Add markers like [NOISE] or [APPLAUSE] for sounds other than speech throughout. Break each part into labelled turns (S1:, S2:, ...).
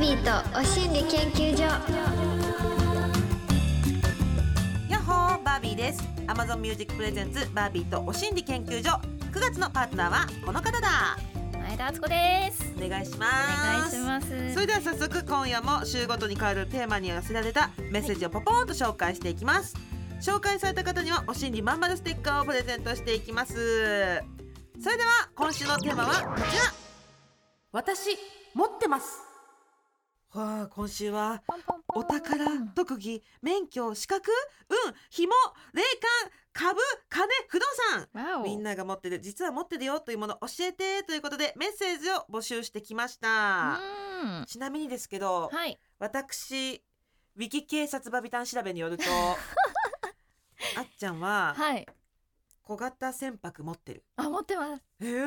S1: ビーとお心理研究所
S2: やっほーバービーです Amazon Music Presents バービーとお心理研究所9月のパートナーはこの方だ
S3: 前田敦子です
S2: お願いし
S3: お願
S2: ま
S3: い
S2: す
S3: します
S2: それでは早速今夜も週ごとに変わるテーマに寄せられたメッセージをポポンと紹介していきます紹介された方にはお心理まんまるステッカーをプレゼントしていきますそれでは今週のテーマはこちら私持ってますわあ今週は
S3: ポンポンポン
S2: お宝特技免許資格運紐霊感株金不動産
S3: わお
S2: みんなが持ってる実は持ってるよというもの教えてということでメッセージを募集してきました
S3: うん
S2: ちなみにですけど、
S3: はい
S2: 私ウィキ警察バビタン調べによ
S3: [LAUGHS]
S2: るとあっちゃんは
S3: はい
S2: 小型船舶持ってる
S3: あ持ってます
S2: ええ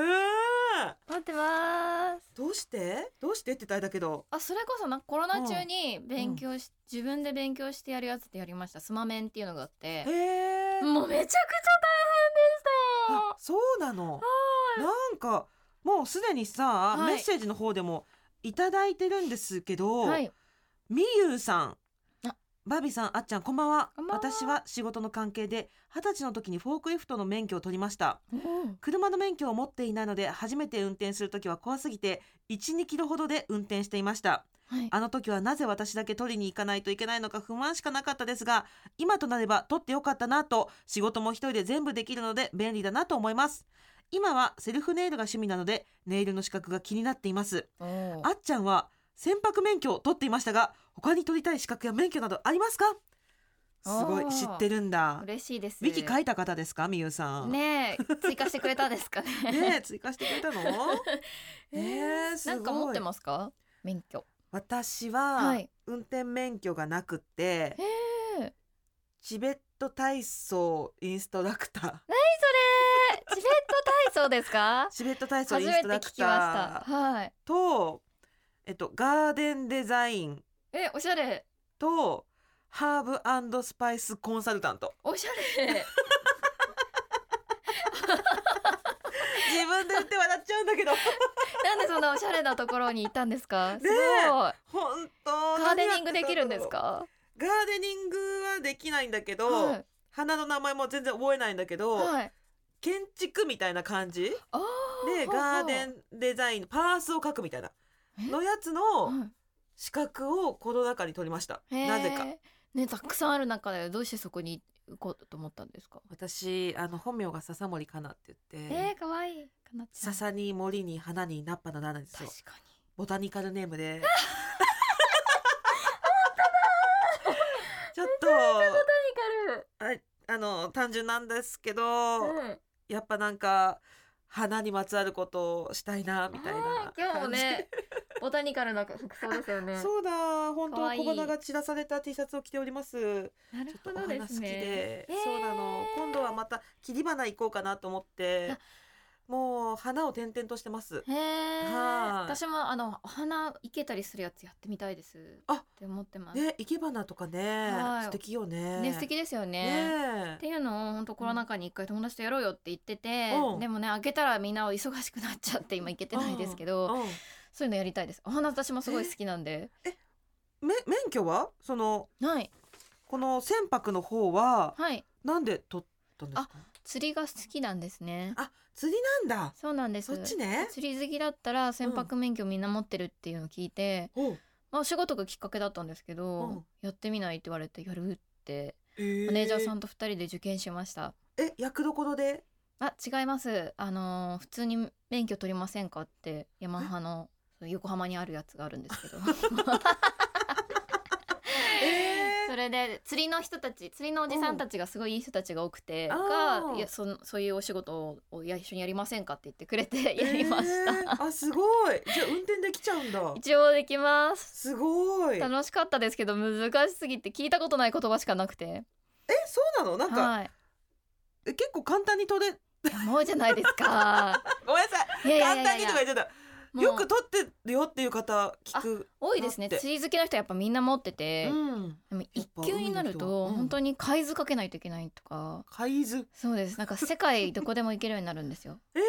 S3: 持ってます
S2: どうしてどうしてって言ったらあれだけど
S3: あそれこそなコロナ中に勉強し、自分で勉強してやるやつでやりましたスマメンっていうのがあって
S2: へえ
S3: もうめちゃくちゃ大変でした
S2: あそうなのなんかもうすでにさ、
S3: はい
S2: メッセージの方でもいただいてるんですけど、
S3: はい、
S2: みゆうさん
S3: あ。
S2: バビさん、あっちゃん、こんばんは。
S3: こんばんは
S2: 私は仕事の関係で、二十歳の時にフォークリフトの免許を取りました。
S3: うん
S2: 車の免許を持っていないので、初めて運転する時は怖すぎて、1、2キロほどで運転していました。
S3: はい、
S2: あの時はなぜ私だけ取りに行かないといけないのか不満しかなかったですが、今となれば取ってよかったなと、仕事も一人で全部できるので便利だなと思います。今はセルフネイルが趣味なので、ネイルの資格が気になっています。
S3: おー
S2: あっちゃんは船舶免許を取っていましたが他に取りたい資格や免許などありますかすご
S3: あ
S2: い
S3: ー
S2: 知ってるんだ
S3: 嬉しいです
S2: ウィキ書いた方ですかみゆうさん
S3: ねえ追加してくれたですかね
S2: [LAUGHS] ねえ追加してくれた
S3: [LAUGHS]
S2: のえー、すごい
S3: なんか持ってますか免許
S2: 私は
S3: はい
S2: 運転免許がなくて、
S3: へえ
S2: チベット体操インストラク
S3: チ
S2: タ
S3: ベット体操ですか
S2: ーチベット体操
S3: 初
S2: イン
S3: め
S2: ス
S3: て
S2: ト
S3: 聞
S2: ラク
S3: きま
S2: タ
S3: した
S2: ー
S3: はい
S2: とえっとガーデンデザイン
S3: えおしゃれ
S2: とハーブスパイスコンサルタント
S3: おしゃ
S2: [LAUGHS]
S3: れ
S2: 自分で言って笑っちゃうんだ
S3: [LAUGHS]
S2: けど
S3: なんでそんなおしゃれなところに行ったんですかす
S2: ね
S3: ごい
S2: え本当
S3: ガーデニングできるんですか
S2: ガーデニングはできないんだけど、
S3: はい
S2: 花の名前も全然覚えないんだけど、
S3: はい
S2: 建築みたいな感じで
S3: あ
S2: ガーデ
S3: ン
S2: ンデザインパースを描くみたいな
S3: え
S2: のやつの資格をコロナ禍に取りましたなぜか
S3: ねたくさんある中でどうしてそこに行こうと思ったんですか
S2: 私あの本名が笹森かなって言って、
S3: えー可愛いかなっちゃん
S2: 笹に森に花に菜っぱの菜なんです
S3: 確
S2: よ
S3: か
S2: ボタニカルネーム [LAUGHS] でちょっと
S3: に
S2: ああの単純なんですけど、やっぱなんか花にまつわることをしたいなみたいな
S3: 今日もねボタニカルな服装ですよね
S2: 感じそうだ本当
S3: かわいい
S2: 小花が散らされた T シャツを着ております
S3: な
S2: ち
S3: るほ
S2: ょっとお
S3: ど
S2: 花
S3: で
S2: 好き
S3: す
S2: で、
S3: ねえー
S2: そうなの今度はまた切り花行こうかなと思って
S3: あ
S2: もう花を転々としてます
S3: へえ
S2: はい
S3: 私もあのお花いけたりするやつやってみたいです
S2: あ
S3: って思ってますね
S2: ね生け花とかね
S3: はい
S2: 素敵よね
S3: 素敵ですよね
S2: ね
S3: っていうのを本当コロナ禍に一回友達とやろうよって言ってて、
S2: うん
S3: でもね開けたらみんな忙しくなっちゃって今行けてないですけど、
S2: うん
S3: そういうのやりたいですお花私もすごい好きなんで
S2: め免許はその
S3: はい
S2: この船舶の方は
S3: はい
S2: なんで取ったんですか
S3: 釣りが好きなんですね
S2: あ釣りなんだ
S3: そうなんです
S2: そっちね
S3: 釣り好きだったら船舶免許みんな持ってるっていうのを聞いて、
S2: お
S3: まあお仕事がきっかけだったんですけど、
S2: うん
S3: やってみないって言われてやるって
S2: マ
S3: マネージャーさんと二人で受験しました
S2: え役どころで
S3: あ違いますあのー普通に免許取りませんかってヤマハのそう横浜にあるやつがあるんですけど [LAUGHS]
S2: え
S3: それで釣りの人たち釣りのおじさんたちがすごいいい人たちが多くて
S2: あー
S3: がいやそのそういうお仕事をや一緒にやりませんかって言ってくれてやりました、
S2: えーあすごいじゃあ運転できちゃうんだ
S3: 一応できます
S2: すごいえ
S3: 楽しかったですけど難しすぎて聞いたことない言葉しかなくて
S2: そうなのなんか、
S3: はい
S2: え結構簡単に取れ
S3: いやもうじゃないです
S2: [LAUGHS]
S3: か
S2: ごめんなさい
S3: いやいやいや
S2: 簡単
S3: い
S2: に
S3: や
S2: とか言っちゃった
S3: もう
S2: よく取ってるよっていう方聞く
S3: 多いですね
S2: だって
S3: 釣り好きな人やっぱみんな持ってて、
S2: うん
S3: でも
S2: やっ
S3: 一
S2: ぱ
S3: 級になる
S2: 海の人
S3: と
S2: はうん
S3: 本当に海図かけないといけないとか、
S2: 海図
S3: そうですなんか世界どこでも行けるようになるんですよ
S2: [LAUGHS] えー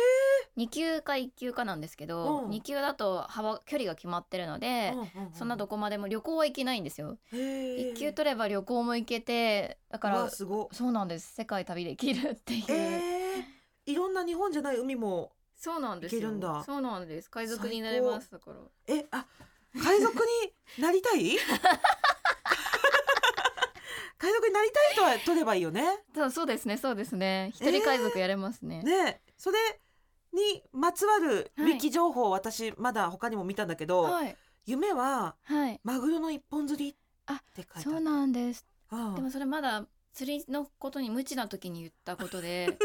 S3: 2級か1級かなんですけど、
S2: うん
S3: 2級だと幅距離が決まってるので、そんなどこまでも旅行は行けないんですよ。
S2: 一
S3: 1級取れば旅行も行けてだから
S2: すごい
S3: そうなんです世界旅できるっていう、
S2: えーいろんな日本じゃない海も
S3: そうなんですよ
S2: いけるんだ
S3: そうなんです海賊
S2: 最
S3: に
S2: 高
S3: なれますだから
S2: えあ海賊になりた
S3: [LAUGHS]
S2: い海賊になりたいとは取ればいいよね
S3: そうそうですねそうですね一人海賊やれますね、
S2: ねそれにまつわるウ
S3: はい
S2: ィキ情報、私まだ他にも見たんだけど、
S3: はい
S2: 夢は
S3: はい
S2: マグロの一本釣りって書い
S3: あ
S2: てあった
S3: そうなんです
S2: うん
S3: でもそれまだ釣りのことに無知な時に言ったこと
S2: [LAUGHS]
S3: で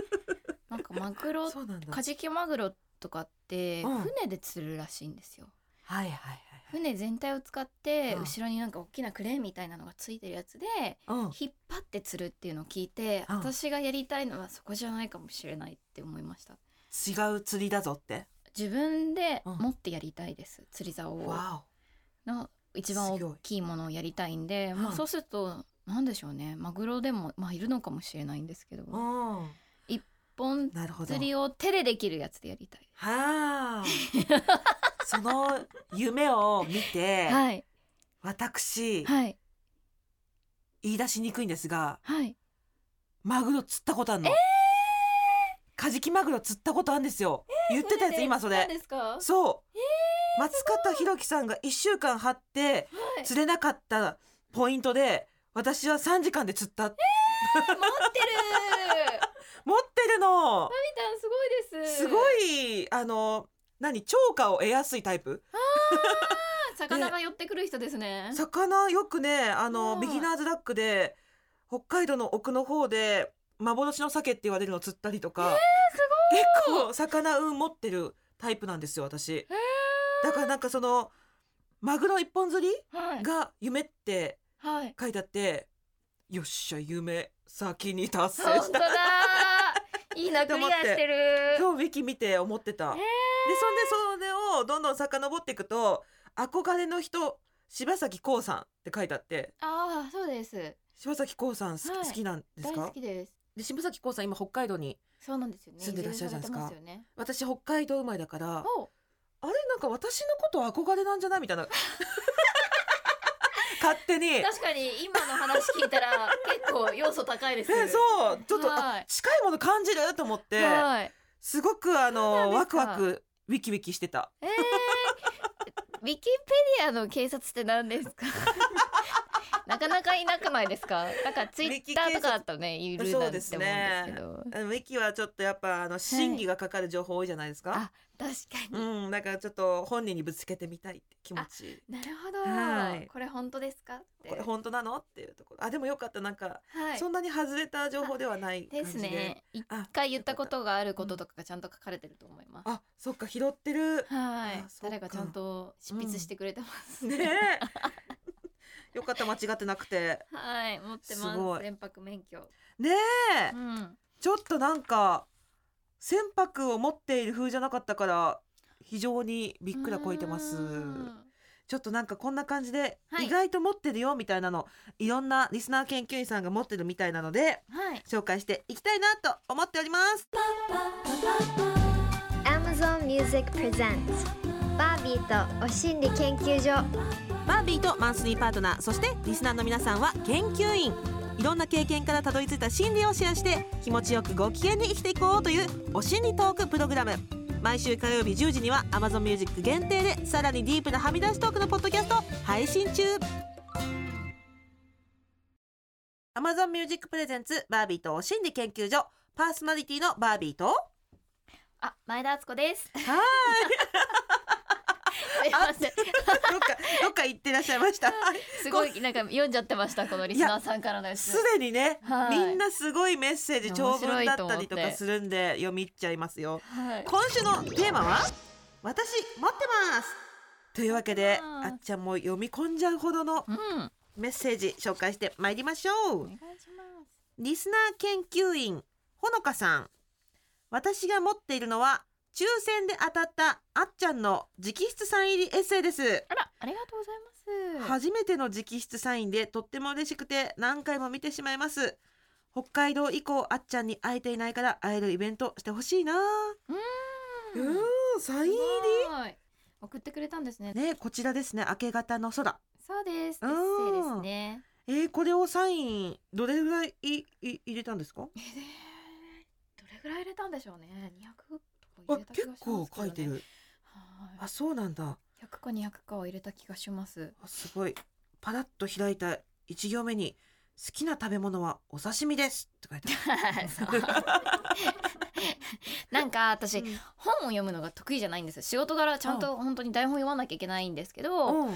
S3: なんかマグロ
S2: そうなんだ
S3: カジキマグロとかって
S2: うん
S3: 船で釣るらしいんですよ
S2: はいはいはい
S3: 船全体を使って
S2: うん
S3: 後ろになんか大きなクレーンみたいなのがついてるやつで
S2: はい、うん、
S3: 引っ張って釣るっていうのを聞いて
S2: うん
S3: 私がやりたいのはそこじゃないかもしれないって思いました
S2: 違う釣りだぞって。
S3: 自分で
S2: うん
S3: 持ってやりたいです釣り竿を
S2: わ
S3: の一番
S2: すごい
S3: 大きいものをやりたいんで、ま
S2: う
S3: あ、
S2: ん
S3: そうするとなんでしょうねマグロでもまあいるのかもしれないんですけど
S2: お。うん。
S3: 本
S2: なるほど。
S3: 釣
S2: は
S3: りを手でできるやつでやりたい。
S2: あ。その夢を見て、
S3: [LAUGHS] はい
S2: 私、
S3: はい
S2: 言い出しにくいんですが、
S3: はい。
S2: マグロ釣ったことあるの。カジキマグロ釣ったことあるんですよ。言ってたやつ、今そ
S3: なん
S2: れ。
S3: ですか。は
S2: そう。松方弘樹さんが一週間張って
S3: い。
S2: 釣れなかったポイントで、私は三時間で釣った。
S3: 持ってる。
S2: 持ってるの。
S3: みたんすごいです。
S2: すご。いあの何超過を得やすいタイプ
S3: 魚が寄ってくる人ですね。
S2: 魚よくねあの、
S3: うん
S2: ビギナーズラックで北海道の奥の方で幻の鮭って言われるの釣ったりとか、結構魚運持ってるタイプなんですよ私、だからなんかそのマグロ一本釣り
S3: はい
S2: が夢って
S3: はい。
S2: 書いてあってよっしゃ夢先に達成
S3: 本
S2: し
S3: 当
S2: た
S3: だ。いいなクリアしてる。
S2: 今日ウィキ見て思ってた、
S3: えー
S2: でそんでそれをどんどん遡っていくと憧れの人柴咲コウさんって書いてあって
S3: ああそうです。
S2: 柴咲コウさん好き,、
S3: はい
S2: 好きなんです
S3: 大
S2: か
S3: 好きです。
S2: で柴咲コウさん今北海道に
S3: そうなんですよね。
S2: 住んでらっしゃるじゃないですか
S3: 移住されてますよね
S2: 私北海道生まれだから
S3: お。
S2: あれなんか私のこと憧れなんじゃないみ
S3: [LAUGHS]
S2: たいな勝手に、ね、
S3: 確かに今の話聞いたら結構要素高いです。
S2: [LAUGHS] そうちょっと、
S3: は
S2: あ
S3: い
S2: 近いもの感じると思って
S3: はい。
S2: すごくあの
S3: そうなんで
S2: ワク
S3: すか
S2: ワクウィキウィキしてた
S3: えー、ウィキペディアの警察って何ですか [LAUGHS] なかなかいなくないですかなんかツイッターとかだとねいるなんて
S2: そ
S3: 思う
S2: うんで
S3: ですすけど
S2: ねあのウィキはちょっとやっぱあの真偽がかかる情報多いじゃないですか、
S3: あ確かに、
S2: うん、だからちょっと本人にぶつけてみたいって気持ち。
S3: なるほど、
S2: はい
S3: これ本当ですかって
S2: これ本当なのっていうところ。あ、でもよかった。なんか、
S3: はい
S2: そんなに外れた情報ではない感
S3: で
S2: じ
S3: す
S2: で。
S3: ね一
S2: あ、
S3: 回言ったことがあることとかがちゃんと書かれてると思います
S2: あ、そっか拾ってる。
S3: [LAUGHS] はい
S2: あそうか
S3: 誰かちゃんと執筆してくれてます、
S2: ねえ。よかった間違ってなくて。
S3: [LAUGHS] はい持ってます
S2: すごい
S3: 船舶免許
S2: ねえ
S3: う、ん
S2: ちょっとなんか船舶を持っている風じゃなかったから。非常にびっくらこいてます
S3: う。ん
S2: ちょっとなんかこんな感じで、
S3: はい
S2: 意外と持ってるよみたいなの、いろんなリスナー研究員さんが持ってるみたいなので、
S3: はい
S2: 紹介していきたいなと思っております
S1: Amazon Music Presents バービーとお心理研究所
S2: バービーとマンスリーパートナーそしてリスナーの皆さんは研究員いろんな経験からたどり着いた心理をシェアして気持ちよくご機嫌に生きていこうというお心理トークプログラム毎週火曜日10時には Amazon Music 限定でさらにディープなはみ出しトークのポッドキャストを配信中 Amazon Music プレゼンツバービーとお心理研究所パーソナリティのバービーと
S3: あ前田敦子です
S2: はい
S3: [LAUGHS] すいません
S2: どっか、どっか行ってらっしゃい
S3: [LAUGHS]
S2: ました。
S3: すごいなんか読んじゃってましたこのリスナーさんからのやつ。
S2: すでにね、
S3: はい
S2: みんなすごいメッセージ長文だったりとかするんで読み入っちゃいますよ。
S3: はい。
S2: 今週のテーマは私持ってますというわけで
S3: うん
S2: あっちゃんも読み込んじゃうほどの
S3: うん。お
S2: メッセージ紹介してまいりましょう
S3: 願いします。
S2: リスナー研究員ほのかさん私が持っているのは抽選で当たったあっちゃんの直筆サイン入りエッセイです
S3: あらありがとうございます。
S2: 初めての直筆サインでとっても嬉しくて何回も見てしまいます北海道以降あっちゃんに会えていないから会えるイベントしてほしいな
S3: う
S2: うーん、サイン入
S3: すごい送ってくれたんですね
S2: り。ね、こちらですね。明け方の空。
S3: そうです。エ
S2: うん
S3: ッセイですね。
S2: えー、これをサイン、どれぐらいいい入れたんですか。
S3: えーどれぐらい入れたんでしょうね。200とか
S2: あ
S3: 入れ、た気がしますけ
S2: 結
S3: ど、ね。
S2: 構書いて。る。
S3: は
S2: あ、そうなんだ。
S3: い。100か200かを入れた気がします。
S2: あすごい。パラッと開いた一行目に。好きな食べ物はお刺身です。って書いてあ
S3: そう
S2: [LAUGHS]
S3: なんか私、
S2: る。
S3: 本を読むのが得意じゃないんですよ仕事柄ちゃんと本当に台本読まなきゃいけないんですけど、
S2: うん。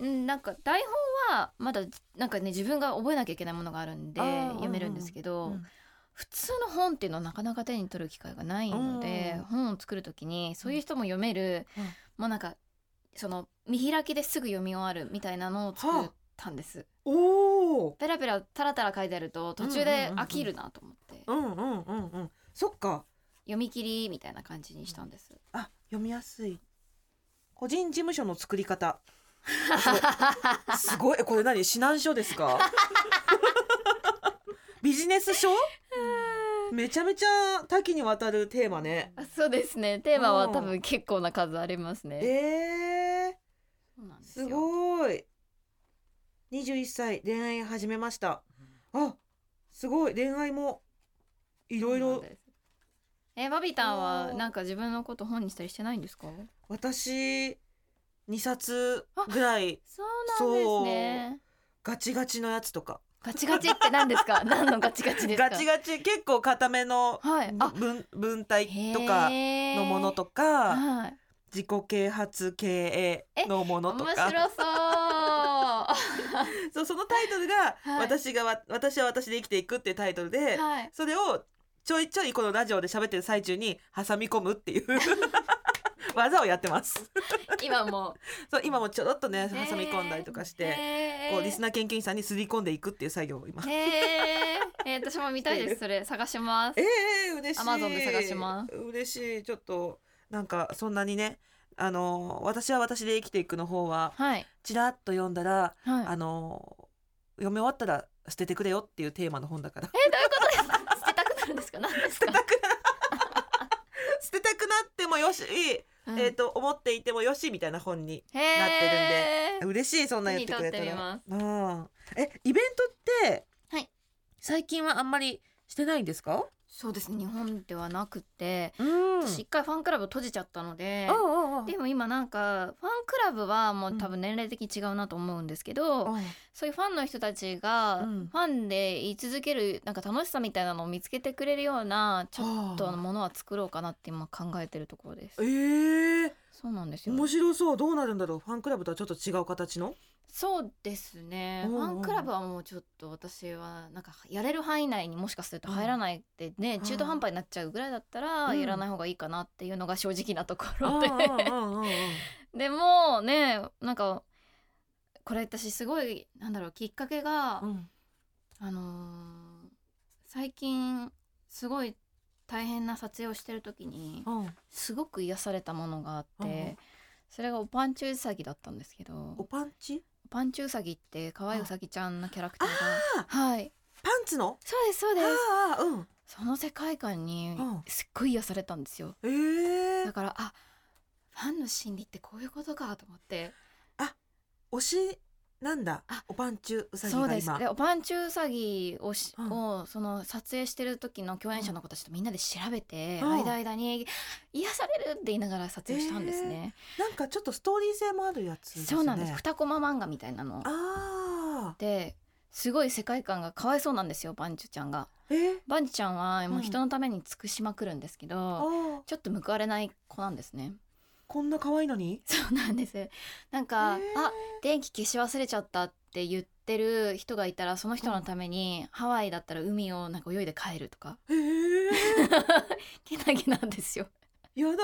S3: うん、なんか台本はまだなんかね自分が覚えなきゃいけないものがあるんで
S2: あー
S3: 読めるんですけど、
S2: うん
S3: 普通の本っていうのはなかなか手に取る機会がないので、
S2: うん
S3: 本を作る時にそういう人も読める、
S2: うん
S3: もうなんかその見開きですぐ読み終わるみたいなのを作ったんです。
S2: おお。
S3: ペラペラタラタラ書いてあると途中で飽きるなと思って、
S2: うんうんうんうん。そっか。
S3: 読み切りみたいな感じにしたんです。
S2: あ、読みやすい。個人事務所の作り方。すごい、これ何、指南書ですか。ビジネス書。めちゃめちゃ多岐にわたるテーマね。
S3: あそうですねテーマは
S2: うん
S3: 多分結構な数ありますね。
S2: えー、
S3: そうなんです
S2: す
S3: よ
S2: ごい。二十一歳、恋愛始めました。あ、すごい、恋愛も。いろい
S3: そうなん
S2: ろ、
S3: ですえバビタン
S2: お
S3: は
S2: ー
S3: なんか自分のこと本にしたりしてないんですか
S2: 私。二冊ぐらい、
S3: そうなんですね
S2: ガチガチのやつとか。
S3: ガチガチって何です
S2: [LAUGHS]
S3: か何のガチガチですか
S2: ガチガチ結構固めの
S3: はいあ
S2: 文文体とかのものとか
S3: はい
S2: 自己啓発系のものと
S3: 面白
S2: か
S3: そうは
S2: [LAUGHS] そうそのタイトルが
S3: はい
S2: 私がわ私は私で生きていく」っていうタイトルで
S3: い
S2: それをちょいちょいこのラジオで喋ってる最中に挟み込むっていう
S3: [LAUGHS]
S2: 技をやってます。
S3: 今
S2: [LAUGHS]
S3: も
S2: そう今もちょろっと
S3: へ
S2: ね
S3: ー
S2: 挟み込んだりとかして
S3: へ
S2: こうリス
S3: ナ
S2: ナー研究員さんにすり込んでいくっていう作業を今。
S3: へーえ私も見たいですそれ探します
S2: ええ嬉しい。。
S3: Amazon で探します
S2: 嬉しい。ちょっとなんかそんなにね、あの私は私で生きていくの方は
S3: はい
S2: ちらっと読んだら、
S3: はい
S2: あの読み終わったら捨ててくれよっていうテーマの本だから。
S3: えどういうことですか捨てたくなるんですか何です
S2: 捨て
S3: か
S2: たくな [LAUGHS] 捨てたくなってもよし、
S3: うん
S2: えっ、と思っていてもよしみたいな本に。
S3: へー
S2: なってるんで嬉しいそんな言ってくれた
S3: 手に
S2: ら
S3: 取。
S2: うん。えイベントって、
S3: はい
S2: 最近はあんまりしてないんですか？
S3: そうですね日本ではなくて、
S2: うん
S3: 私一回ファンクラブ閉じちゃったので、
S2: うんうん。
S3: でも今なんかファンクラブはもう多分年齢的に違うなと思うんですけど、
S2: うん
S3: そういうファンの人たちが
S2: う
S3: フ
S2: ん
S3: ァンで言い続けるなんか楽しさみたいなのを見つけてくれるようなちょっと
S2: あー
S3: のものは作ろうかなって今考えてるところです。
S2: ええ
S3: そうなんですよ
S2: 面白そうどうなるんだろうファンクラブとはちょっと違う形の
S3: そうですね
S2: うん
S3: フ
S2: う
S3: ァ
S2: ん
S3: ンクラブはもうちょっと私はなんかやれる範囲内にもしかすると入らないってね、
S2: ん
S3: 中途半端になっちゃうぐらいだったら
S2: うん
S3: やらない方がいいかなっていうのが正直なとこ
S2: うん
S3: ろ
S2: うん
S3: で、
S2: うんうんうん
S3: [LAUGHS] でもねなんかこれ私すごいなんだろうきっかけが、
S2: うん
S3: あのー最近すごい大変な撮影をしてる時に
S2: うん
S3: すごく癒されたものがあって、
S2: うんうん
S3: それがおパンチュウサギだったんですけど
S2: おパンチ
S3: パンチウサギって可愛いウサギちゃんのキャラクター
S2: あ
S3: がはい
S2: パンツの
S3: そうですそうです
S2: ああうん
S3: その世界観に
S2: うん
S3: すっごい癒されたんですよ
S2: ええ
S3: だからあファンの心理ってこういうことかと思って
S2: 推しなんだ
S3: あ
S2: おパンチウサギ
S3: そう
S2: が
S3: です
S2: 今
S3: でおパンチウサギをし、
S2: うん
S3: をその撮影してる時の共演者の子たちとみんなで調べて、
S2: うん
S3: 間々に癒されるって言いながら撮影したんですね、
S2: なんかちょっとストーリー性もあるやつですね
S3: そうなんです二コマ漫画みたいなの
S2: ああ
S3: ですごい世界観がかわいそうなんですよバンチュちゃんが
S2: え
S3: バンチュちゃんはもううん人のために尽くしまくるんですけど、
S2: あー
S3: ちょっと報われない子なんですね。
S2: こんな可愛いのに
S3: [LAUGHS] そうなんです。なんか、
S2: へー
S3: あ、電気消し忘れちゃったって言ってる人がいたら、その人のために、ハワイだったら海をなんか泳いで帰るとか。
S2: ええ
S3: [LAUGHS] けなげなんですよ。
S2: [LAUGHS] やだ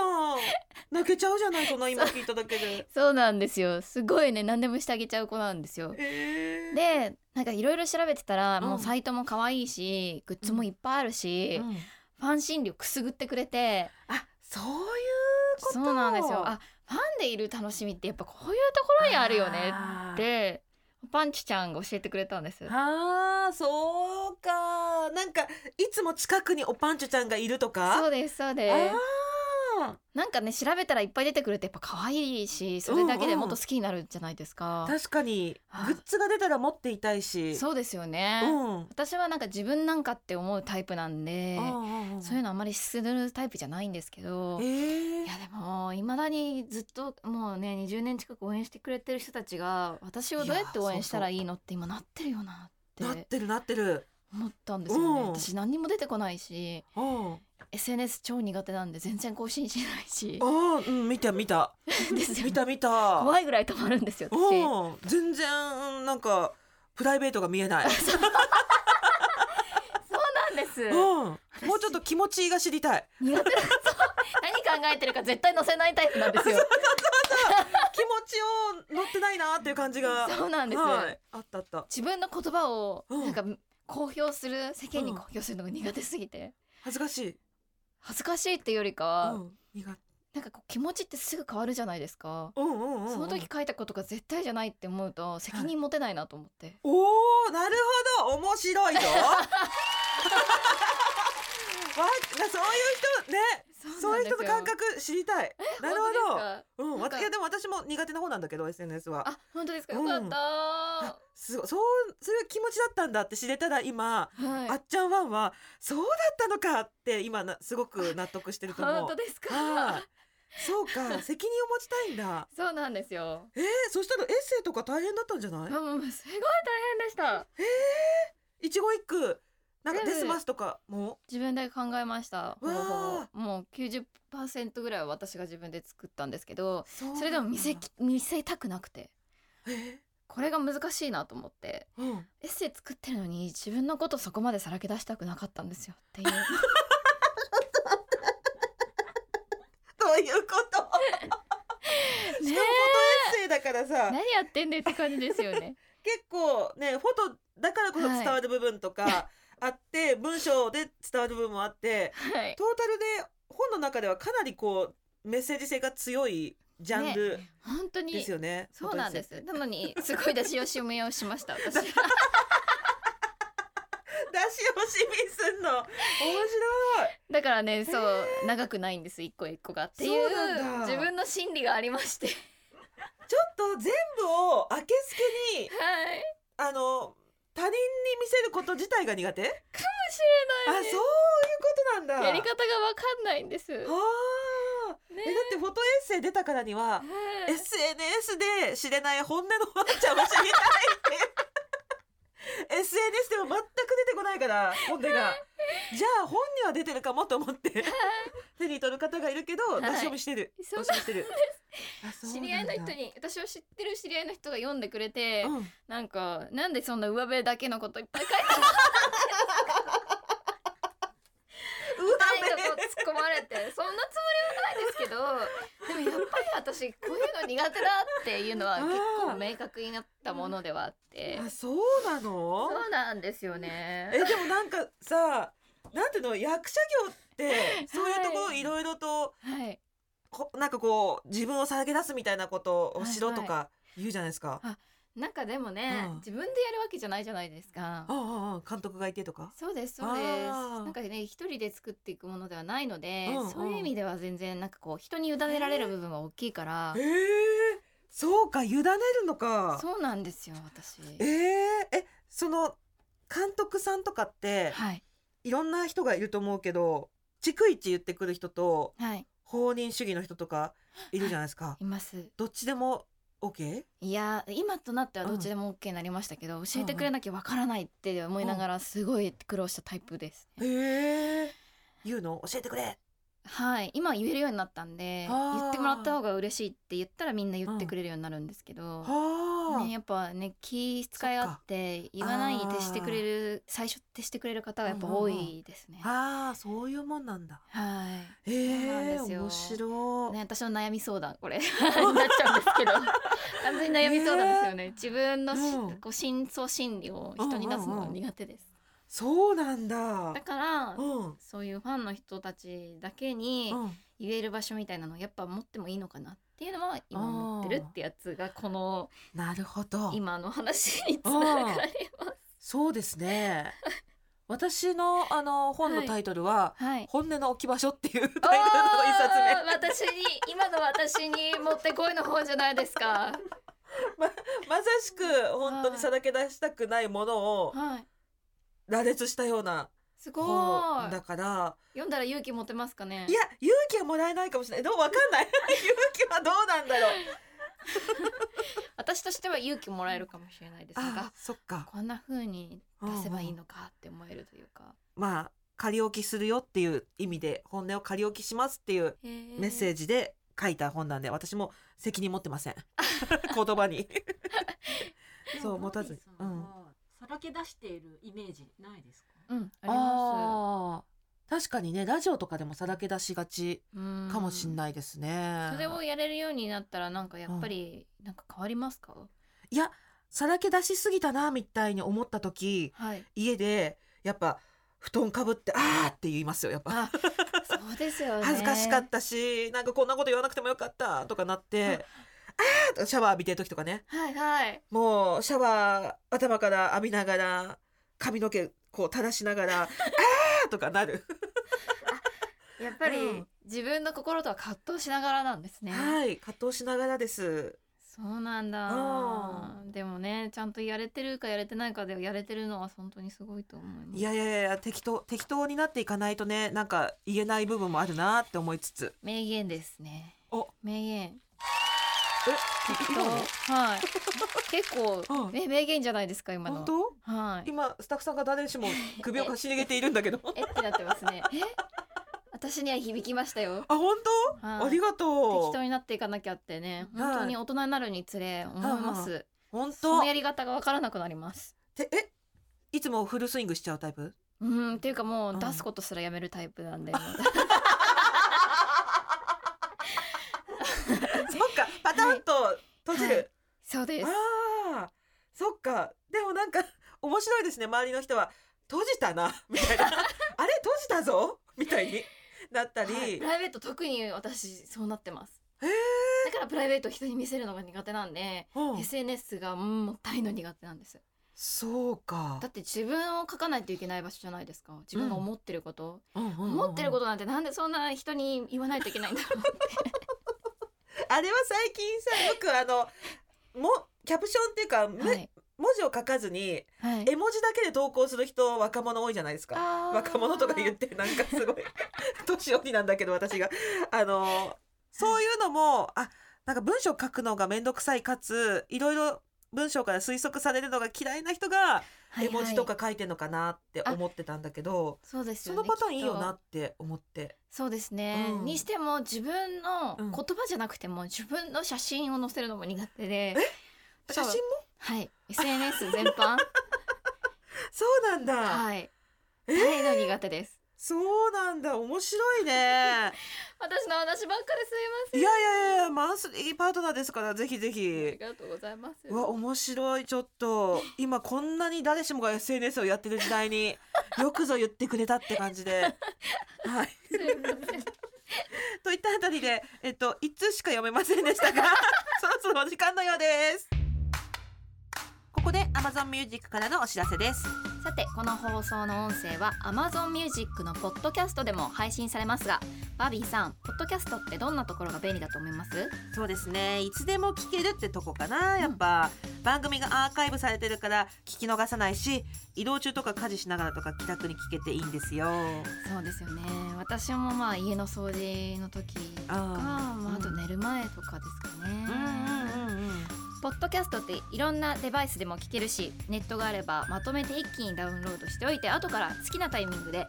S2: 泣けちゃうじゃないそんな今聞いただけで
S3: [LAUGHS] そうなんですよ。すごいね、何でもしてあげちゃう子なんですよ。
S2: ええ
S3: で、なんかいろいろ調べてたら、
S2: うん
S3: もうサイトも可愛いし、グッズもいっぱいあるし、
S2: うん
S3: ファン心理をくすぐってくれて、
S2: あそういうこと
S3: そうなんですよ。あ、ファンでいる楽しみってやっぱこういうところにあるよね
S2: あー
S3: って、パンチちゃんが教えてくれたんです。
S2: あーそうかなんかいつも近くにおパンチュちゃんがいるとか
S3: そうですそう
S2: あ
S3: でなんかね調べたらいっぱい出てくるってやっぱ可愛いしそれだけでもっと好きになるじゃないですか、
S2: 確かに
S3: あ
S2: グッズが出たら持っていたいし
S3: そうですよね、
S2: うん
S3: 私はなんか自分なんかって思うタイプなんで
S2: うんうん
S3: そういうのあんまりするタイプじゃないんですけど
S2: えー
S3: いやでもいまだにずっともうね20年近く応援してくれてる人たちが私をどうやって応援したらいいのって今なってるよな
S2: な
S3: っ
S2: っててるなってる
S3: 思ったんですよね
S2: うん
S3: 私何にも出てこないし
S2: うんあ
S3: SNS 超苦手なんで全然更新しないし
S2: ーうん見た見た
S3: [LAUGHS] ですよ
S2: 見
S3: ね
S2: た見た
S3: 怖いぐらい止まるんですよ私
S2: うん全然うんなんかプライベートが見えない
S3: そうなんです
S2: うんもうちょっと気持ちが知りたい
S3: 苦手なんです何考えてるか絶対載せないタイプなんですよ
S2: 気持ちを乗ってないなっていう感じが
S3: [LAUGHS] そうなんです
S2: はいあったあった
S3: 自分の言葉を
S2: う
S3: な
S2: ん
S3: んか公表する世間に公表するのが苦手すぎて
S2: 恥ずかしい、
S3: 恥ずかしいっていうよりか
S2: う
S3: は、
S2: ん、苦
S3: なんかこう気持ちってすぐ変わるじゃないですか、
S2: うんうんうんうん
S3: その時書いたことが絶対じゃないって思うと責任持てないなと思って、
S2: おおなるほど面白い [LAUGHS] ぞわそういう人ねそういう人の感覚知りたいなるほどうん、
S3: なんか
S2: いやでも私も苦手な方なんだけど SNS は
S3: あ本当ですか
S2: う
S3: よ
S2: ん
S3: かった、
S2: すごいそうそういう気持ちだったんだって知れたら今、あ
S3: はい
S2: っちゃんファンはそうだったのかって今なすごく納得してると思
S3: 本
S2: う
S3: 当です
S2: は
S3: か
S2: いそう [LAUGHS] か責任を持ちたいんだ
S3: そうなんですよ
S2: えー、そしたらエッセイとか大変だったんじゃな
S3: あ
S2: い
S3: もうすごい大変でした
S2: 一期一句なんか
S3: 全
S2: デ
S3: 部
S2: スマスとかも
S3: 自分で考えましたほぼほ
S2: わ
S3: ぼもう90%ぐらいは私が自分で作ったんですけど
S2: そうなんだ
S3: それでも見せき見せたくなくて
S2: え
S3: これが難しいなと思って
S2: ーうん
S3: エッセイ作ってるのに自分のことそこまでさらけ出したくなかったんですよ
S2: [LAUGHS]
S3: っていう
S2: ということ。しかもフォトエ
S3: ね
S2: ッセイだからさ、
S3: [LAUGHS] 何やってんねんって感じですよ
S2: [LAUGHS]
S3: ね
S2: 結構ねフォトだからこそ伝わる部分
S3: [LAUGHS]
S2: とかあって、文章で伝わる部分もあって
S3: はい
S2: トータルで本の中ではかなりこうメッセージ性が強いジャンル
S3: 本当
S2: で
S3: に
S2: すよね。
S3: そうなんで
S2: フォトエ
S3: すなのにすごい出し惜しみをしま
S2: [LAUGHS]
S3: した私
S2: ッセイって。出し惜しみすんの面
S3: だからねそう、長くないんです一個一個がっていう
S2: そうなんだ
S3: 自分の心理がありまして
S2: 白い。ちょっと全部を明けすけに
S3: はい
S2: あの他人に見せること自体が苦手？あ
S3: 知
S2: そ
S3: ら
S2: う
S3: ない
S2: いう
S3: ね
S2: ことなんだ。
S3: やり方がわかんないんですね
S2: あーえだってフォトエッセイ出たからには SNS で知れない本音のワンちゃんを知り
S3: [LAUGHS]
S2: たいって SNS でも全く出てこないから本音がじゃあ本には出てるかもと思って手に取る方がいるけど
S3: い
S2: 出し読みしてる、
S3: そう
S2: 出し読み
S3: [LAUGHS]
S2: してるあそうな
S3: 知
S2: んだ
S3: り合いの人に私を知ってる知り合いの人が読んでくれて、
S2: うん
S3: なんかなんでそんな上辺だけのこといっぱい書い
S2: [LAUGHS]
S3: てるないとこ突っ
S2: うわめ
S3: 込まれてそんなつもりはないですけどでもやっぱり私こういうの苦手だっていうのは結構明確になったものではあって
S2: あそうなの
S3: そうなんですよね
S2: えでもなんかさなんていうの役者業ってそういうところいろいろと、
S3: はい
S2: こなんかこう自分をさらけ出すみたいなことをしろと
S3: はい
S2: か言うじゃないですか。
S3: なんかでもね、
S2: うん
S3: 自分でやるわけじゃないじゃないですか
S2: ああああ監督がいてとか。
S3: そうですそうです
S2: あー
S3: なんかね一人で作っていくものではないので、
S2: うんうん
S3: そういう意味では全然なんかこう人に委ねられる部分が大きいから、
S2: ええそうか委ねるのか。
S3: そうなんですよ私
S2: えええその監督さんとかって
S3: はい
S2: いろんな人がいると思うけど逐一言ってくる人と
S3: はい
S2: 放任主義の人とかいるじゃないですか。
S3: います
S2: どっちでも OK?
S3: いや今となってはどっちでも OK になりましたけど、教えてくれなきゃわからないって思いながらすごい苦労したタイプです、
S2: ええ言うの教えてくれ。
S3: はい今言えるようになったんで
S2: あー
S3: 言ってもらった方が嬉しいって言ったらみんな言ってくれるようになるんですけど、
S2: はあ、
S3: ね、やっぱね気遣いあって言わないに徹してくれる最初徹してくれる方がやっぱ多いですね、
S2: ああそういうもんなんだ。
S3: はい
S2: え
S3: そうなん
S2: え
S3: ですよ
S2: 面白い。
S3: ね、私の悩み相談これ [LAUGHS] になっちゃうんですけ
S2: [LAUGHS]
S3: ど完全に悩み相談ですよね自分のし、
S2: うん
S3: こう真相心理を人に出すのが苦手です、
S2: そうなんだ
S3: だ。から
S2: うん。うん。
S3: そういうファンの人たちだけに言える場所みたいなのをやっぱ持ってもいいのかなっていうのは今持ってるってやつがこの
S2: なるほど。
S3: 今の話につながります。
S2: [LAUGHS] そうですね。私のあの本のタイトルは、 [LAUGHS]
S3: はい。
S2: 本音の置き場所っていうタイトルの一冊目
S3: あー私に今の私に持ってこいの本じゃないですか。
S2: まさしく本当にさらけ出したくないものを
S3: はい。
S2: 羅列したような
S3: すごい
S2: 本。だから
S3: 読んだら勇気持てますかね。
S2: いや勇気はもらえないかもしれないどうわかんない [LAUGHS] 勇気はどうなんだろう
S3: 私としては勇気もらえるかもしれないです
S2: あ
S3: が、
S2: そっか
S3: こんな風に出せばいいのかって思えるというか。
S2: まあ仮置きするよっていう意味で本音を仮置きしますっていうメ
S3: メ
S2: ッセー
S3: ジ。
S2: ジで書いた本なんで私も責任持ってま
S3: [LAUGHS]
S2: せん言葉にそう持たずに、う
S4: うんん、さらけ出しているイメージないですか、
S3: うん、ありま
S2: あー確かにねラジオとかでもさらけ出しがち
S3: すうん。
S2: かもしん
S3: い。
S2: ないですね
S3: それをやれるようになったら、なんかやっぱり、なんか変わりますか。
S2: いやさらけ出しすぎたなみたいに思った時
S3: はい。
S2: 家でやっぱ布団かぶってあーって言いますよやっぱ
S3: [LAUGHS] あ、そうですよね。
S2: 恥ずかしかったしなんかこんなこと言わなくてもよかったとかなってあーとかシャワー浴びてる時とかね
S3: た。はいはい。
S2: もうシャワー頭から浴びながら髪の毛こう垂らしな
S3: [LAUGHS]
S2: がらあーとかなる、
S3: やっぱり、
S2: うん
S3: 自分の心とは葛藤しながらなんですね。
S2: はい葛藤しながらです
S3: そうなんだ
S2: う。
S3: でもね、ちゃんとやれてるかやれてないかで、やれてるのは本当にすごいと思います。
S2: いやいやいや適当適当になっていかないとねなんか言えない部分もあるなって思いつつ
S3: 名言ですね。
S2: お
S3: 名言。
S2: え適 [LAUGHS]
S3: はい。結構、
S2: うん
S3: え名言じゃないですか、今の
S2: 本。当
S3: はい。
S2: 今スタッフさんが誰しも首をかしげているんだけど
S3: [LAUGHS] えってなってますね。え。私には響きましたよ。
S2: あ本当
S3: は
S2: あり
S3: い。
S2: がと
S3: 適当
S2: う
S3: になっていかなきゃってね、
S2: はい
S3: 本当に大人になるにつれ思います。
S2: 本
S3: そ
S2: 当
S3: のやり方がわからなくなります。
S2: てえいつもフルスイングしちゃうタイプ
S3: うん、っていうかも
S2: う
S3: うん出すことすらやめるタイプなんで。
S2: そっかパタンと閉じる、
S3: はい [LAUGHS] そうです。
S2: ああそっかでもなんか [LAUGHS] 面白いですね周りの人は閉じたな [LAUGHS] み
S3: [LAUGHS]
S2: たいなあれ閉じたぞみたいになったり、
S3: はいプライベート特に私そうなってます。
S2: へー
S3: だからプライベートを人に見せるのが苦手なんで、
S2: うん
S3: SNS がうんもったいの苦手なんです。
S2: そうか
S3: だって自分を書かないといけない場所じゃないですか。自分が思ってること、思
S2: 思
S3: ってることとなんてなんでそんな人に言わないといけないんだろう。
S2: あれは最近さよくあのもキャプションっていうか、む
S3: はい。
S2: 文字を書かずに
S3: はい。
S2: 絵文字だけで投稿する人若者多いじゃないですか若
S3: 若
S2: 者とか言ってなんかすごい [LAUGHS] 年寄りなんだけど私があのそういうのもあなんか文章書くのが面倒くさいかついろいろ文章から推測されるのが嫌いな人が絵文字とか書いてんのかなって思ってたんだけど、
S3: そうです
S2: そ
S3: よ、ね、
S2: のパターンいいよな
S3: きっと
S2: って思って
S3: そうですね、
S2: うん
S3: にしても自分の
S2: う
S3: 言
S2: ん
S3: 葉じゃなくても自分の写真を載せるのも苦手で、だか
S2: 写
S3: ら
S2: 真も
S3: はい、SNS 全
S2: [LAUGHS]
S3: 般
S2: そうなんだ、
S3: はい、
S2: え
S3: 大の苦手です。
S2: そうなんだ面白い [LAUGHS] ね
S3: 私の話ばっかり
S2: いやいやいやマンスリーパートナーですからぜひぜ
S3: すいません。あり
S2: ひ。
S3: がとうございます。
S2: うわ面白いちょっと今こんなに誰しもが SNS をやってる時
S3: [LAUGHS]
S2: 代によくぞ言ってくれたって感じで。はい、
S3: すいません
S2: といったあたりで、えっと、一通しか読めませんでし
S3: [LAUGHS]
S2: たがそろそろお時間のようです。ここで Amazon Music からのお知らせです。
S3: さてこの放送の音声は Amazon Music のポッドキャストでも配信されますがバービーさんポッドキャストってどんなところが便利だと思います
S2: そうですねいつでも聞けるってとこかなやっぱ、番組がアーカイブされてるから聞き逃さないし移動中とか家事しながらとか帰宅に聞けていいんですよ。
S3: そうですよね私もまあ家の掃除の時とか
S2: あー
S3: まあ、あと
S2: うん
S3: 寝る前とかですかね、
S2: うんうんうんうん
S3: ポッドキャストっていろんなデバイスでも聞けるしネットがあればまとめて一気にダウンロードしておいて後から好きなタイミングで聞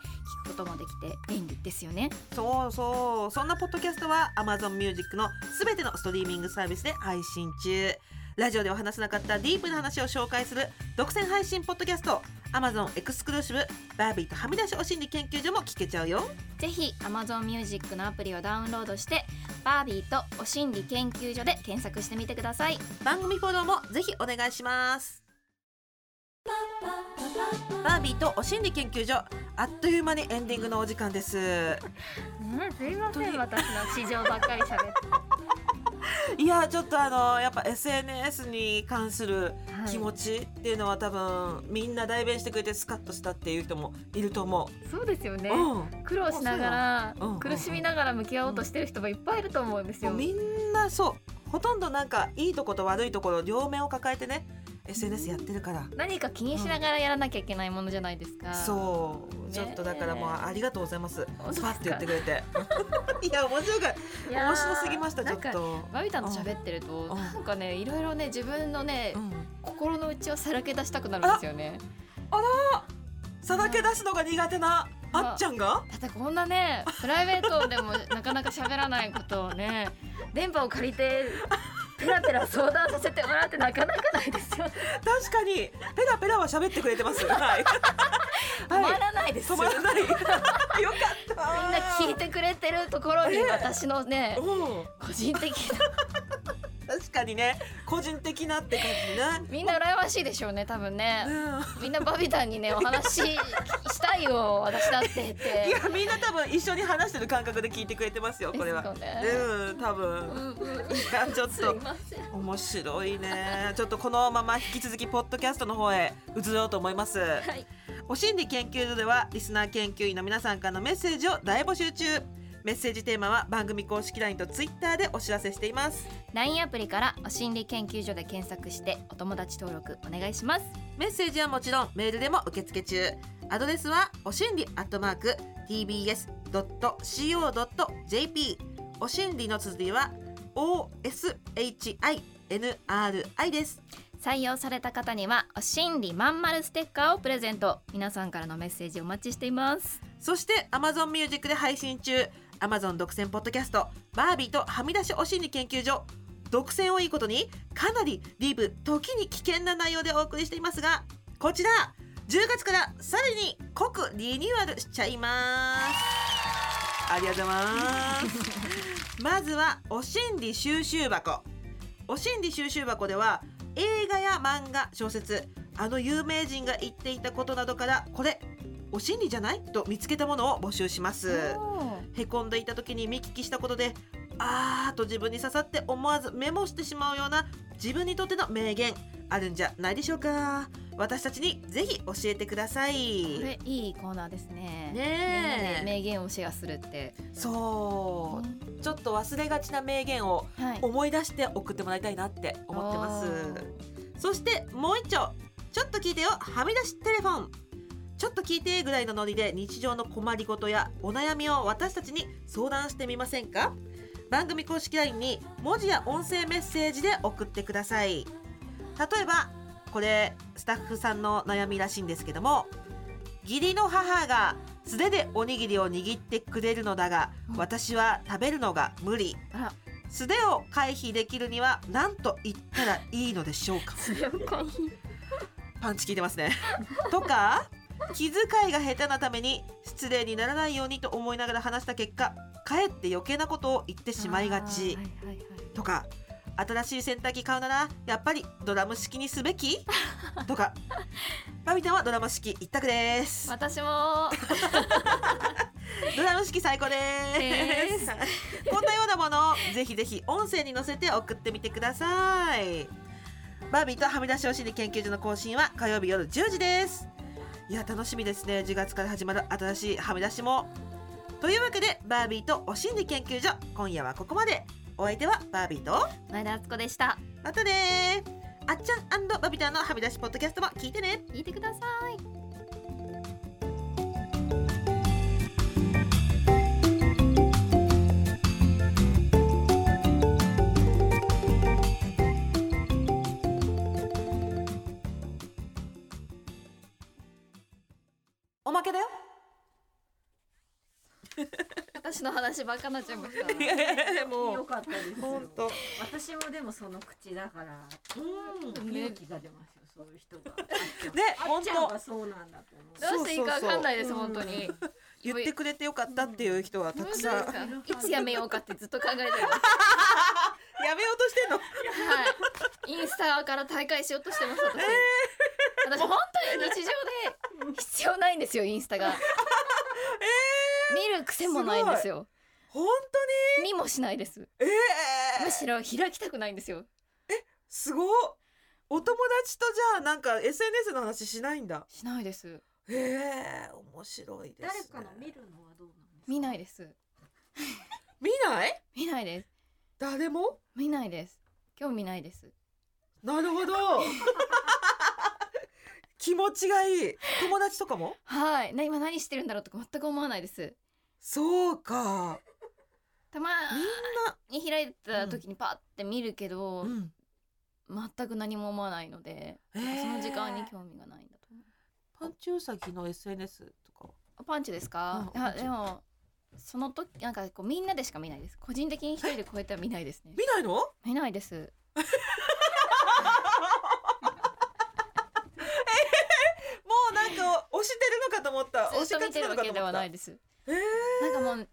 S3: くこともできて便利ですよね
S2: そうそうそんなポッドキャストは Amazon Music のすべてのストリーミングサービスで配信中ラジオでは話せなかったディープな話を紹介する独占配信ポッドキャスト Amazon エクスクルーシブバービーとはみ出しお心理研究所も聞けちゃうよ
S3: ぜひ Amazon Music のアプリをダウンロードしてバービーとお心理研究所で検索してみてください
S2: 番組フォローもぜひお願いしますバービーとお心理研究所あっという間にエンディングのお時間です
S3: うんすいま
S2: せん
S3: 私の市場ばっかり喋って
S2: いやちょっとあのやっぱ SNS に関する
S3: はい
S2: 気持ちっていうのは多分みんな代弁してくれてスカッとしたっていう人もいると思
S3: [LAUGHS] そうですよ
S2: う、
S3: ね
S2: うん
S3: 苦労しなが
S2: うんうんう
S3: ら
S2: ん
S3: 苦しみながら向き合おうとしてる人もいっぱいいると思うんです
S2: も
S3: よ
S2: うみんなそうほとんどなんかいいとこと悪いところ両面を抱えてね SNS やってるから、
S3: 何か気にしながらやらなきゃいけないものじゃないですか
S2: そう、
S3: ね
S2: ちょっとだからもうありがとうございます
S3: 本当です
S2: ス
S3: か
S2: パッと言ってくれて [LAUGHS] いや面白かっ
S3: い
S2: た
S3: やー
S2: 面白すぎましたちょっ
S3: なんか
S2: と
S3: バビタンと喋ってると
S2: うん
S3: なんかねいろいろね自分のね
S2: うん
S3: 心の内をさらけ出したくなるんですよね
S2: さらけ出すのが苦手なあっちゃんが
S3: だってこんなねプライベートでもなかなか喋らないことをね電波を借りてペラペラ相談させてもらうってなかなかないですよ、
S2: 確かにペラペラは喋ってくれ
S3: [LAUGHS]
S2: てますはい、
S3: 止ま
S2: はい、
S3: らないです
S2: 止
S3: よ
S2: ま
S3: みん
S2: らない [LAUGHS] よかった
S3: な聞いてくれてるところに
S2: ね
S3: 私のね
S2: うん
S3: 個人的な
S2: 確かにね個人的なって感じね
S3: みんな羨ましいでしょうね多分ね
S2: うん
S3: みんなバビタンにねお話ししたいよ私だってっ
S2: い
S3: て
S2: やみんな多分一緒に話してる感覚で聞いてくれてますよこれは。
S3: ですよね
S2: うん多分。いや [LAUGHS] ちょっ
S3: すい
S2: と
S3: ません
S2: 面白いね。ちょっとこのまま引き続きポッドキャストの方へ移ろうと思います。
S3: はい
S2: お心理研究所ではリスナー研究員の皆さんからのメッセージを大募集中。メッセージテーマは番組公式 LINE と Twitter でお知らせしています。
S3: LINE アプリからお心理研究所で検索してお友達登録お願いします
S2: メッセージはもちろんメールでも受付中アドレスはおしんりアットマーク tbs.co.jp おしんりの綴りは oshinri です
S3: 採用された方にはお心理まんまるステッカーをプレゼント皆さんからのメッセージお待ちしています
S2: そして Amazon Music で配信中 Amazon 独占ポッドキャストバービーとはみ出しおしんり研究所独占をいいことにかなりディープ時に危険な内容でお送りしていますがこちら10月からさらに濃くリニューアルしちゃいますありがとうございますまずはお心理収集箱お心理収集箱では映画や漫画小説あの有名人が言っていたことなどからこれお心理じゃないと見つけたものを募集しますへこんでいた時に見聞きしたことであーと自分に刺さって思わずメモしてしまうような自分にとっての名言あるんじゃないでしょうか私たちにぜひ教えてください
S3: これいいコーナーですねみんな
S2: ね
S3: で
S2: え
S3: 名言をシェアするって、
S2: そううちょっと忘れがちな名言を
S3: んはい
S2: 思い出して送ってもらいたいなって思ってま
S3: お
S2: すそしてもう一丁ちょっと聞いてよはみ出しテレフォンちょっと聞いてぐらいのノリで日常の困りごとやお悩みを私たちに相談してみませんか番組公式 LINE に文字や音声メッセージで送ってください例えばこれスタッフさんの悩みらしいんですけども義理の母が素手でおにぎりを握ってくれるのだが私は食べるのが無理
S3: あら
S2: 素手を回避できるには何と言ったらいいのでしょ
S3: [LAUGHS]
S2: うか
S3: それを回避
S2: パンチ効いてますねとか気遣いが下手なために失礼にならないようにと思いながら話した結果かえって余計なことを言ってしまいがち
S3: あーはいはいはい
S2: とか新しい洗濯機買うならやっぱりドラム式にすべ [LAUGHS] きとかバビタンはドラム式一択です
S3: 私も
S2: ドラム式最高ですこんなようなものをぜひぜひ音声に乗せて送ってみてくださいバービーとはみ出しお心理研究所の更新は火曜日夜10時ですいや楽しみですね10月から始まる新しいはみ出しもというわけでバービーとお心理研究所今夜はここまでお相手はバービーと
S3: 前田敦子でした
S2: またねあっちゃんバビターのはみ出しポッドキャストも聞いてね
S3: 聞いてください
S2: おまけだよ
S3: 私の話バカなっちゃいました
S2: いやいやいや [LAUGHS]
S4: よ
S2: もう
S4: かったです
S2: 本
S4: よ。
S2: 当
S4: 私もでもその口だから、
S2: うん
S4: 勇気が出ますよ。そういう人
S2: [LAUGHS]
S4: が。
S2: ね
S4: あっちゃん
S2: ほんと
S4: あっちゃんはそうなんだと思う。
S3: どうしていいかわかんないです
S4: そうそうそう
S3: 本当に
S2: 言ってくれてよかったっていう人はたくさん
S3: 本当ですかいつやめようかってずっと考えてる
S2: [LAUGHS] やめようとしてんの
S3: はい、インスタから大会しようとしてます私、私本当に日常で必要ないんですよインスタが、見る癖もないんですよ
S2: 本当に
S3: 見もしないです
S2: ええ
S3: むしろ開きたくないんですよ
S2: すごっお友達とじゃあなんか SNS の話しないんだ
S3: しないです
S2: へえ面白いです、
S4: 誰
S2: ね、
S4: かの見るのはどうなんですか
S3: 見ないです
S2: 見ない
S3: 見ないです
S2: 誰も
S3: 見ないです興味ないです
S2: なるほど気持ちがいい友達とかも
S3: はいな今何してるんだろうとか全く思わないです
S2: そうか
S3: たまに開いた時にパッて見るけど、
S2: ん
S3: 全く何も思わないので、
S2: えー
S3: その時間に興味がないんだと思う
S2: パンチウサギの SNS とかは
S3: あパンチですか、
S2: うん
S3: あ
S2: パンチ
S3: でもその時なんかこうみんなでしか見ないです個人的に一人でこうやっては見ないですね
S2: 見ないの
S3: 見ないです
S2: もうなんか押してるのかと思った押し
S3: ずっと
S2: 勝
S3: 見
S2: ち
S3: て
S2: な
S3: る
S2: の
S3: わ
S2: かと
S3: けで
S2: 思
S3: は
S2: った
S3: な
S2: え
S3: いです
S2: ー、
S3: なんかもう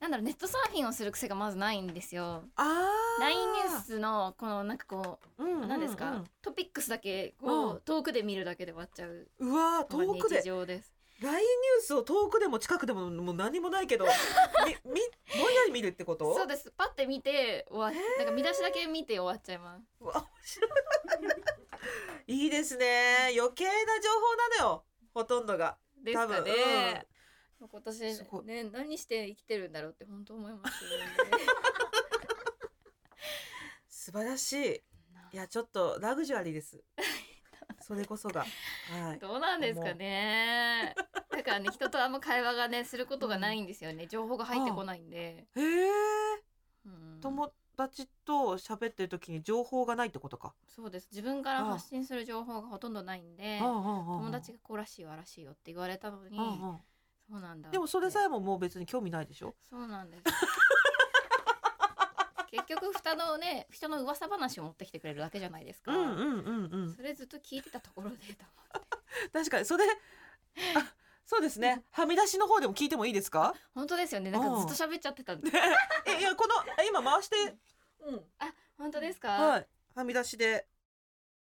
S3: なんだろうネットサーフィンをする癖がまずないんですよ
S2: あー
S3: LINE ニュースのこのなんかこう
S2: うんうんうん
S3: 何ですか、トピックスだけこう、
S2: うん
S3: 遠くで見るだけで終わっちゃう
S2: うわー
S3: のが
S2: 遠くで
S3: 日常です
S2: LINE ニュースを遠くでも近くでももう何もないけどみみぼんやり見るってこと
S3: そうですパッて見て終わっなんか見出しだけ見て終わっちゃいます
S2: うわ面白いいいですね余計な情報なのよほとんどが
S3: です
S2: 多
S3: か
S2: 分
S3: ね、今
S2: すごい
S3: 年ね何して生きてるんだろうって本当思いますよね
S2: 素晴らしいいやちょっとラグジュアリーです
S3: [LAUGHS]
S2: それこそがはい
S3: どうなんですかねだからね人とあんま会話がねすることがないんですよね情報が入ってこないんで、
S2: へえ
S3: うん
S2: 友達と喋ってる時に情報がないってことか、
S3: そうです自分から
S2: ああ
S3: 発信する情報がほとんどないんで友
S2: 友
S3: 達がこうらしいわらしいよって言われたのにそうなんだ
S2: でもそれさ
S3: え
S2: えももう別に興味ないでしょ
S3: そうなんです結局蓋のね人の噂話を持ってきてくれるだけじゃないですか、
S2: うんうん
S3: それずっと聞いてたところで [LAUGHS] と思って
S2: 確かにそれあそうで
S3: [LAUGHS]
S2: すねはみ出しの方でも聞いてもいいですか
S3: 本当ですよねなんかずっと喋っちゃってたんで
S2: えいやこのえ今回して
S4: うん
S3: 本当ですか、
S2: はいはみ出しで